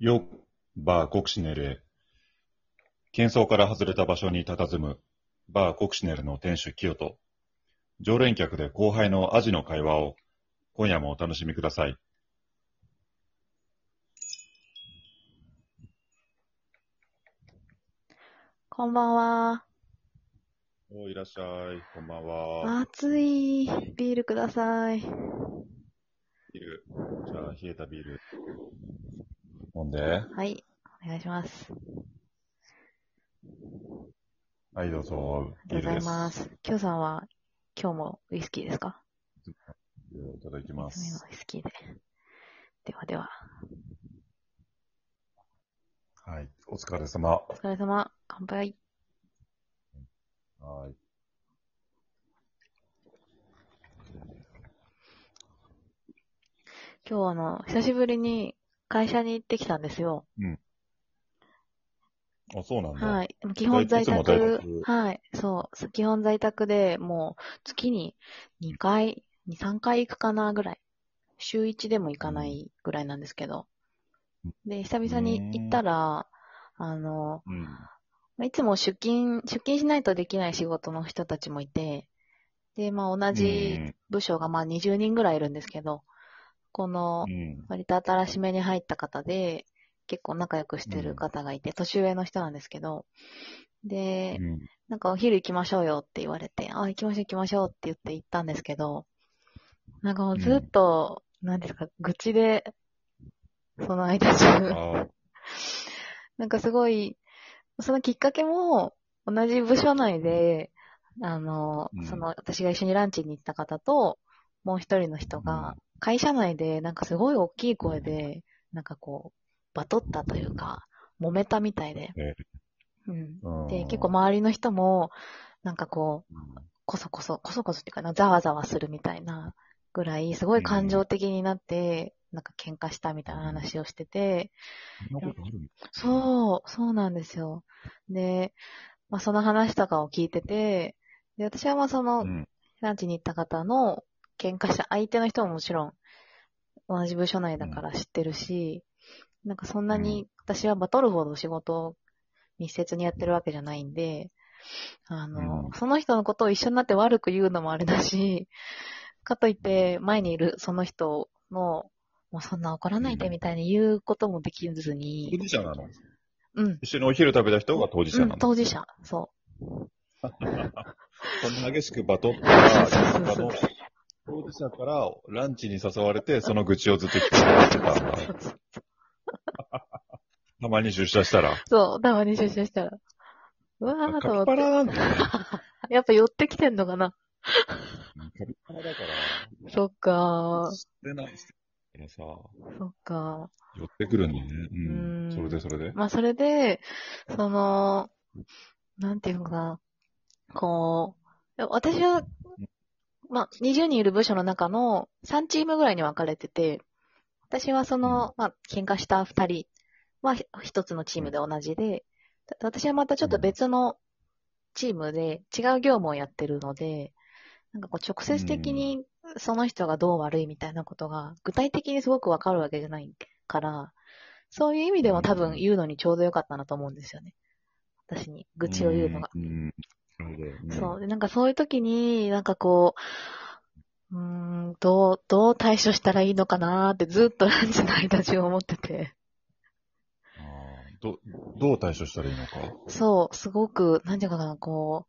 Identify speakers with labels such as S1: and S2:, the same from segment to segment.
S1: ヨバー・コクシネルへ。喧騒から外れた場所に佇む、バー・コクシネルの店主、キヨと、常連客で後輩のアジの会話を、今夜もお楽しみください。
S2: こんばんは。
S1: おいらっしゃい。こんばんは。
S2: 暑い。ビールください。
S1: ビール。じゃあ、冷えたビール。飲んで。
S2: はい。お願いします。あ
S1: はい、どうぞ。
S2: り
S1: ビール
S2: がとうござ
S1: で
S2: い
S1: す。
S2: ます。きょうさんは、今日もウイスキーですか
S1: ビールをいただき
S2: お
S1: ます
S2: みの
S1: す。
S2: ウイスキーで。ではでは、
S1: はい。お疲れ様。
S2: お疲れ様。乾杯。
S1: はい。
S2: 今日あの、久しぶりに会社に行ってきたんですよ。
S1: あ、そうなんだ。
S2: はい。でも基本在
S1: 大体いつも
S2: 宅
S1: 大学。
S2: はい。そう。基本在宅でもう、月に2回、2、3回行くかなぐらい。週1でも行かないぐらいなんですけど。で、久々に行ったら、あの、
S1: うん。
S2: まあいつも出勤、出勤しないとできない仕事の人たちもいて、で、まあ同じ部署がまあ20人ぐらいいるんですけど、この
S1: うん。うん。
S2: 割と新しめに入った方で、結構仲良くしてる方がいて、年上の人なんですけど、で、
S1: うん
S2: なんかお昼行きましょうよって言われて、あ、行きましょう行きましょうって言って行ったんですけど、なんかもうずっと、なんですか、愚痴で、その間中。
S1: あ
S2: なんかすごい、そのきっかけも、同じ部署内で、あの、
S1: うん
S2: その、私が一緒にランチに行った方と、もう一人の人が、会社内で、なんかすごい大きい声で、なんかこう、バトったというか、揉めたみたいで
S1: へえ。
S2: うん。
S1: ー
S2: で、結構、周りの人も、なんかこう、
S1: うん
S2: こそこそ、こそこそっていうかな、ざわざわするみたいなぐらい、すごい感情的になって、なんか喧嘩したみたいな話をしてて、
S1: そんなことある
S2: そう、そうなんですよ。で、まあ、その話とかを聞いてて、で、私はまあその、
S1: ん。
S2: ランチに行った方の喧嘩した相手の人ももちろん、同じ部署内だから知ってるし、なんかそんなに私はバトルほど仕事を密接にやってるわけじゃないんで、あの、
S1: うん
S2: その人のことを一緒になって悪く言うのもあれだし、かといって前にいるその人の、もうそんな怒らないでみたいに言うこともできず
S1: 当
S2: に、
S1: 事者なの
S2: うん、
S1: 一緒にお昼食べた人が当事者なの、
S2: うん、当事者。そ
S1: こんな激しくバトった人
S2: そうそう
S1: の当事者からランチに誘われて、その愚痴をずっと聞
S2: う。
S1: かれてたんだ。たまに出社したら。
S2: そう、たまに出社したら。うわ
S1: カ
S2: ーと
S1: ピ
S2: 思っ
S1: バ
S2: て。
S1: ラなんだよね。
S2: やっぱ寄ってきてんのかな
S1: カピバラだか、、
S2: そっから
S1: 知ってない人だからさ、
S2: そっか。
S1: 寄ってくるんだよね。うん。
S2: うん
S1: それでそれで。
S2: まあそれで、その、なんていうのかな。こう、私は、まあ20人いる部署の中の3チームぐらいに分かれてて、私はその、まあ喧嘩した2人はひ一つのチームで同じで、た私はまたちょっと別のチームで違う業務をやってるので、なんかこう直接的にその人がどう悪いみたいなことが具体的にすごくわかるわけじゃないから、そういう意味では多分言うのにちょうどよかったなと思うんですよね。私に愚痴を言うのが。
S1: うん。うん
S2: そう。で、なんかそういう時に、なんかこう、うーん、どう、どう対処したらいいのかなーってずっとランチの間中思ってて。
S1: あーど、どう対処したらいいのか。
S2: そう、すごく、なんていうのかな、こ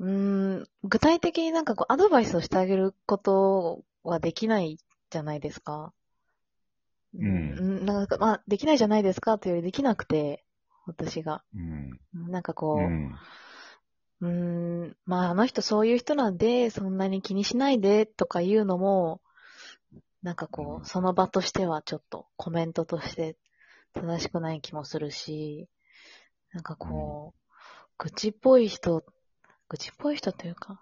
S2: う、うーん、具体的になんかこう、アドバイスをしてあげることはできないじゃないですか。
S1: ん
S2: うん、なんか、まあ、できないじゃないですかというよりできなくて、私が。
S1: うん。
S2: なんかこう、
S1: うん。
S2: うーん、まああの人そういう人なんで、そんなに気にしないでとか言うのも、なんか
S1: う
S2: こ
S1: ん
S2: う、その場としてはちょっとコメントとして正しくない気もするし、なんかこう、愚痴っぽい人、愚痴っぽい人というか、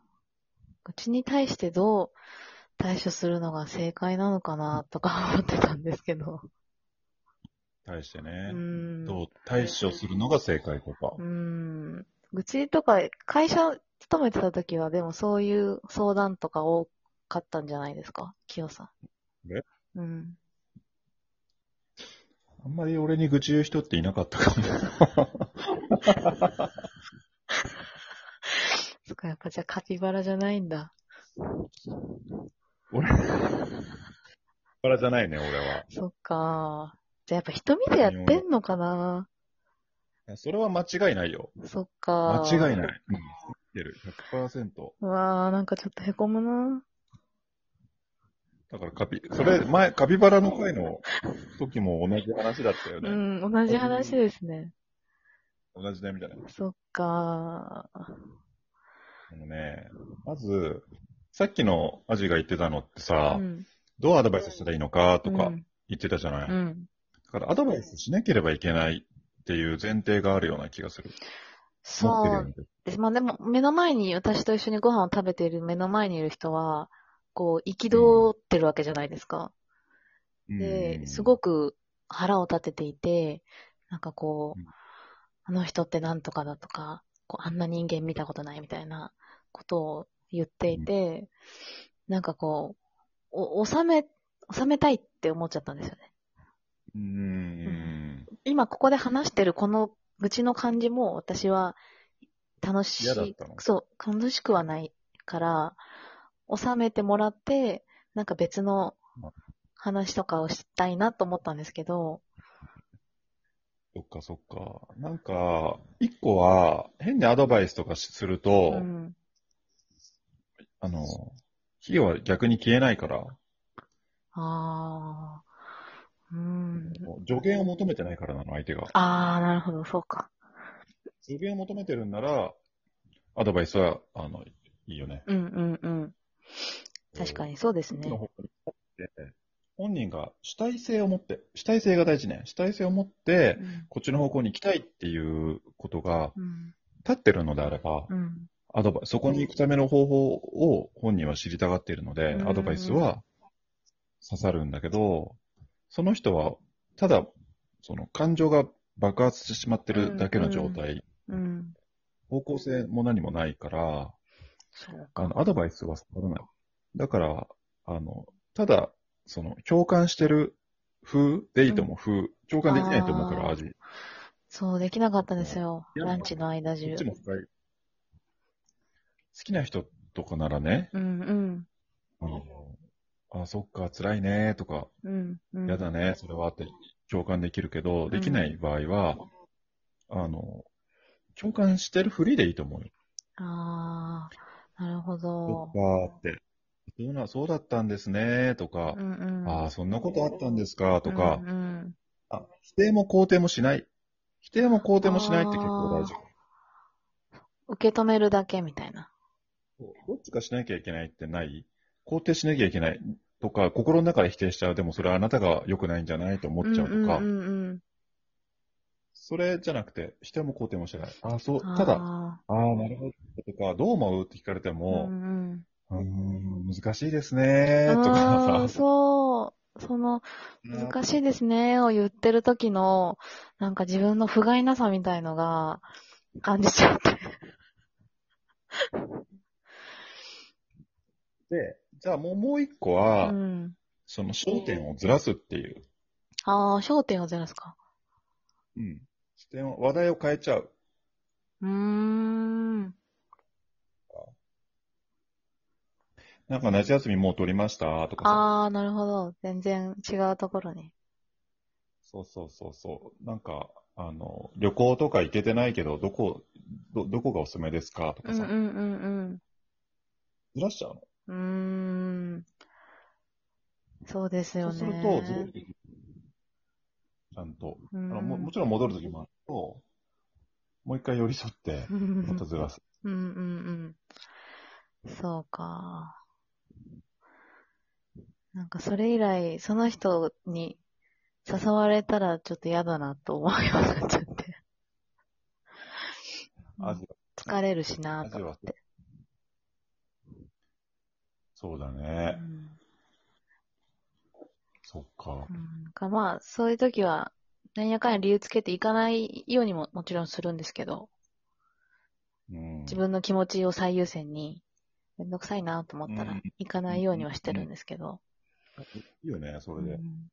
S2: 愚痴に対してどう対処するのが正解なのかなとか思ってたんですけど。
S1: 対して
S2: う
S1: ね。
S2: ーん。
S1: どう対処するのが正解とか
S2: う。ん。愚痴とか、会社勤めてた時は、でもそういう相談とか多かったんじゃないですか、きよさん。
S1: え
S2: うん。
S1: あんまり俺に愚痴言う人っていなかったかも。
S2: そっか、やっぱじゃあカピバラじゃないんだ。
S1: 俺、からじゃないね、俺は。
S2: そっか。じゃあやっぱ人見てやってんのかない
S1: やそれは間違いないよ。
S2: そっか。
S1: 間違い
S2: い。
S1: ない。うん。てる。100%。
S2: うわー、なんかちょっとへこむな。
S1: だからカピ、それ前、カピバラの回の時も同じ話だったよ
S2: う
S1: ね。
S2: ん、同じ話ですね。
S1: 同じ悩みだね。
S2: そっか。
S1: あのね、まず、さっきのアジが言ってたのってさ、
S2: うん。
S1: どうアドバイスしたらいいのかとか
S2: うん
S1: 言ってたじゃない。
S2: うん。
S1: だからアドバイスしなければいけないっていう前提があるような気がする。持
S2: そ
S1: ってるよ
S2: う
S1: ね
S2: です。まあでも、目の前に、私と一緒にご飯を食べている目の前にいる人は、こう、憤ってるわけじゃないですか。で、すご
S1: く。
S2: く腹を立てていて、なんかこう
S1: うん、
S2: あの人ってなんとかだとか、こうあんな人間見たことないみたいなことを言っていて、なんかこう、お、収め、収めたいって思っちゃったんですよね。
S1: うーん。
S2: 今ここで話してるこの愚痴の感じも私は楽し
S1: 嫌だっ
S2: い
S1: たの、
S2: そう、楽しくはないから、収めてもらって、なんか別の話とかをしたいなと思ったんですけど、
S1: そっかそっか。なんか、一個は、変にアドバイスとかしすると、
S2: うん、
S1: あの、火は逆に消えないから、
S2: ああ、うん、
S1: 助言を求めてないからなの、相手が。
S2: ああ、なるほど、そうか。
S1: 助言を求めてるんなら、アドバイスは、あの、いいよね。
S2: うんうんうん。確かにそうです
S1: その
S2: ね。
S1: 方向に立って本人が主体性を持って、主体性が大事ね。主体性を持って
S2: う、ん
S1: こっちの方向に行きたいっていうことが
S2: うん
S1: 立ってるのであれば、
S2: うん
S1: アドバイス、そこに行くための方法を本人は知りたがっているので
S2: う、ん
S1: アドバイスは刺さるんだけど、その人は、ただ、その感情が爆発してしまってるだけの状態、
S2: うん
S1: 方向性も何もないから、
S2: そう
S1: あの、アドバイスは刺さらない。だから、あの、ただ、その、共感してる風でいいと思う、風。共感できないと思うか
S2: あー
S1: ら、味。こ
S2: そう、できなかったんですよ。
S1: いや
S2: ランチの間中
S1: っち。も深い。好きな人とかならね、
S2: うんうん。
S1: あのあ、そっか、辛いね、とか、
S2: うんうん。
S1: やだね、それはって共感できるけど、できない場合は、あの、共感してるふりでいいと思うよ。
S2: ああ、なるほ
S1: そ
S2: ど。
S1: っかって。そうな、そうだったんですね、とか
S2: う、んうん。
S1: ああ、そんなことあったんですか、とか、
S2: うんうん、
S1: あ、否定も肯定もしない。否定も肯定もしないって結構大事。
S2: 受け止めるだけみたいな。
S1: どっちかしなきゃいけないってない肯定しなきゃいけないとか、心の中で否定しちゃう。でもそれはあなたが良くないんじゃないと思っちゃうとか、
S2: うんうんうん、
S1: それじゃなくて、否定も肯定もしない。ああ、そう、ただ、
S2: あ
S1: ああ、なるほど。とか、どう思うって聞かれて
S2: ー
S1: も
S2: う、んうん、
S1: うーん、難しいですね、と
S2: あ
S1: かさ。
S2: ーそう。その、難しいですねを言ってる時の、なんか自分の不甲斐なさみたいのが感じちゃって。
S1: で、じゃあもうもう一個は、
S2: うん。
S1: その焦点をずらすっていう。
S2: ああ、焦点をずらすか。
S1: うん。視点を、話題を変えちゃう。
S2: うーん。
S1: なんか夏休みもう取りましたとかさ。
S2: ああ、なるほど。全然違うところに。
S1: そうそうそうそう。なんか、あの、旅行とか行けてないけど、どこ、ど、どこがおすすめですかと
S2: う
S1: か
S2: んう
S1: さ。
S2: んうんうん。
S1: ずらしちゃうの。
S2: うーんそうですよ
S1: そうする
S2: ね。
S1: と、ずれてくる。ちゃんと。
S2: う
S1: あ
S2: ん
S1: のももちろん戻るときもあると、もう一回寄り添って、またずらす。
S2: うんうんうん。そうか。なんかそれ以来、その人に誘われたらちょっと嫌だなと思うようになっちゃって。うん
S1: 味は、
S2: 疲れるしなと
S1: 味
S2: 思
S1: は
S2: って。
S1: そうだ
S2: う
S1: ね。
S2: ん
S1: そっか
S2: う。ん、かまあ、そういう時は、なんやかんや理由つけていかないようにももちろんするんですけど、
S1: うん。
S2: 自分の気持ちを最優先に、めんどくさいなと思った
S1: う
S2: ら
S1: ん、
S2: 行かないようにはしてるんですけど。
S1: いいよね、それ
S2: う
S1: で。
S2: ん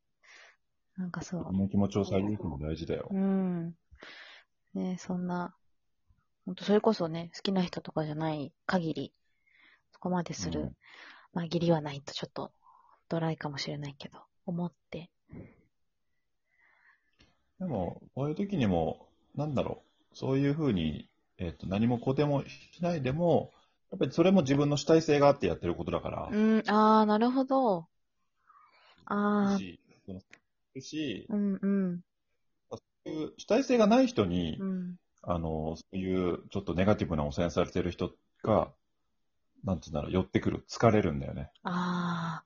S2: なんかそう
S1: 自。分の気持ちを最優先も大事だよ
S2: う。ん。ねそんな、本当それこそね、好きな人とかじゃない限り、そこまでする、
S1: うん
S2: まあ、義理はないとちょっと、ドライかもしれないけど、思って。
S1: でも、こういう時にも、なんだろう、そういうふうに、えっと何も肯定もしないでも、やっぱりそれも自分の主体性があってやってることだから、
S2: うん、ああ、なるほど。ああ、
S1: し、そのし
S2: うん、うん、
S1: そういう主体性がない人に、
S2: うん。
S1: あの、そういうちょっとネガティブな汚染されてる人が、なんて言うんだろう、寄ってくる、疲れるんだよね。
S2: ああ、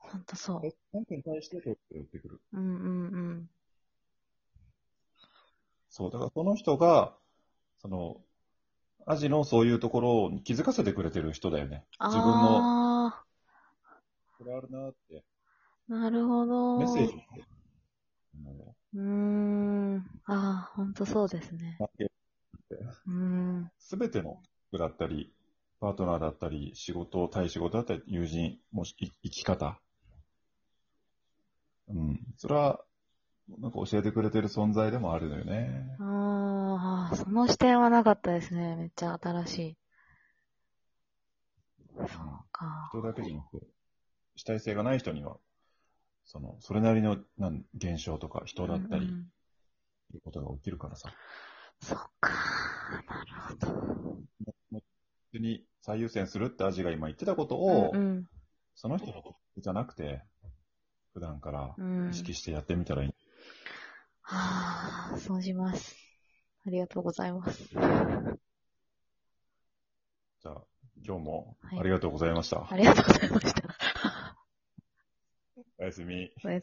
S2: ほんとそ
S1: 本に対して寄ってくる。
S2: う。うん、うん、うん。
S1: そう、だからその人が、その、アジのそういうところを気づかせてくれてる人だよね。自分の、
S2: あ
S1: これあるなって、
S2: あ、なるほど。
S1: メッセージって。うん
S2: うーん。ああ、ほんとそうですね。うーん。
S1: すべての服だったり、パートナーだったり、仕事、対仕事だったり、友人、もしい生き方。うん。それは、なんか教えてくれてる存在でもあるのよね。
S2: ああ、その視点はなかったですね。めっちゃ新しい。そうか。
S1: 人だけじゃなくて、主体性がない人には、その、それなりのなん現象とか人だったり
S2: うんう、ん
S1: いうことが起きるからさ。
S2: そうか。なるほど。
S1: 別に最優先するってアジが今言ってたことを、
S2: うん
S1: その人のことじゃなくて、普段から
S2: うん、うん。
S1: 意識してやってみたらいい。
S2: ああ、そうします。ありがとうございます。
S1: じゃあ、今日も
S2: はい
S1: ありがとうございました。
S2: ありがとうございました。
S1: おやすみ。
S2: おやすみ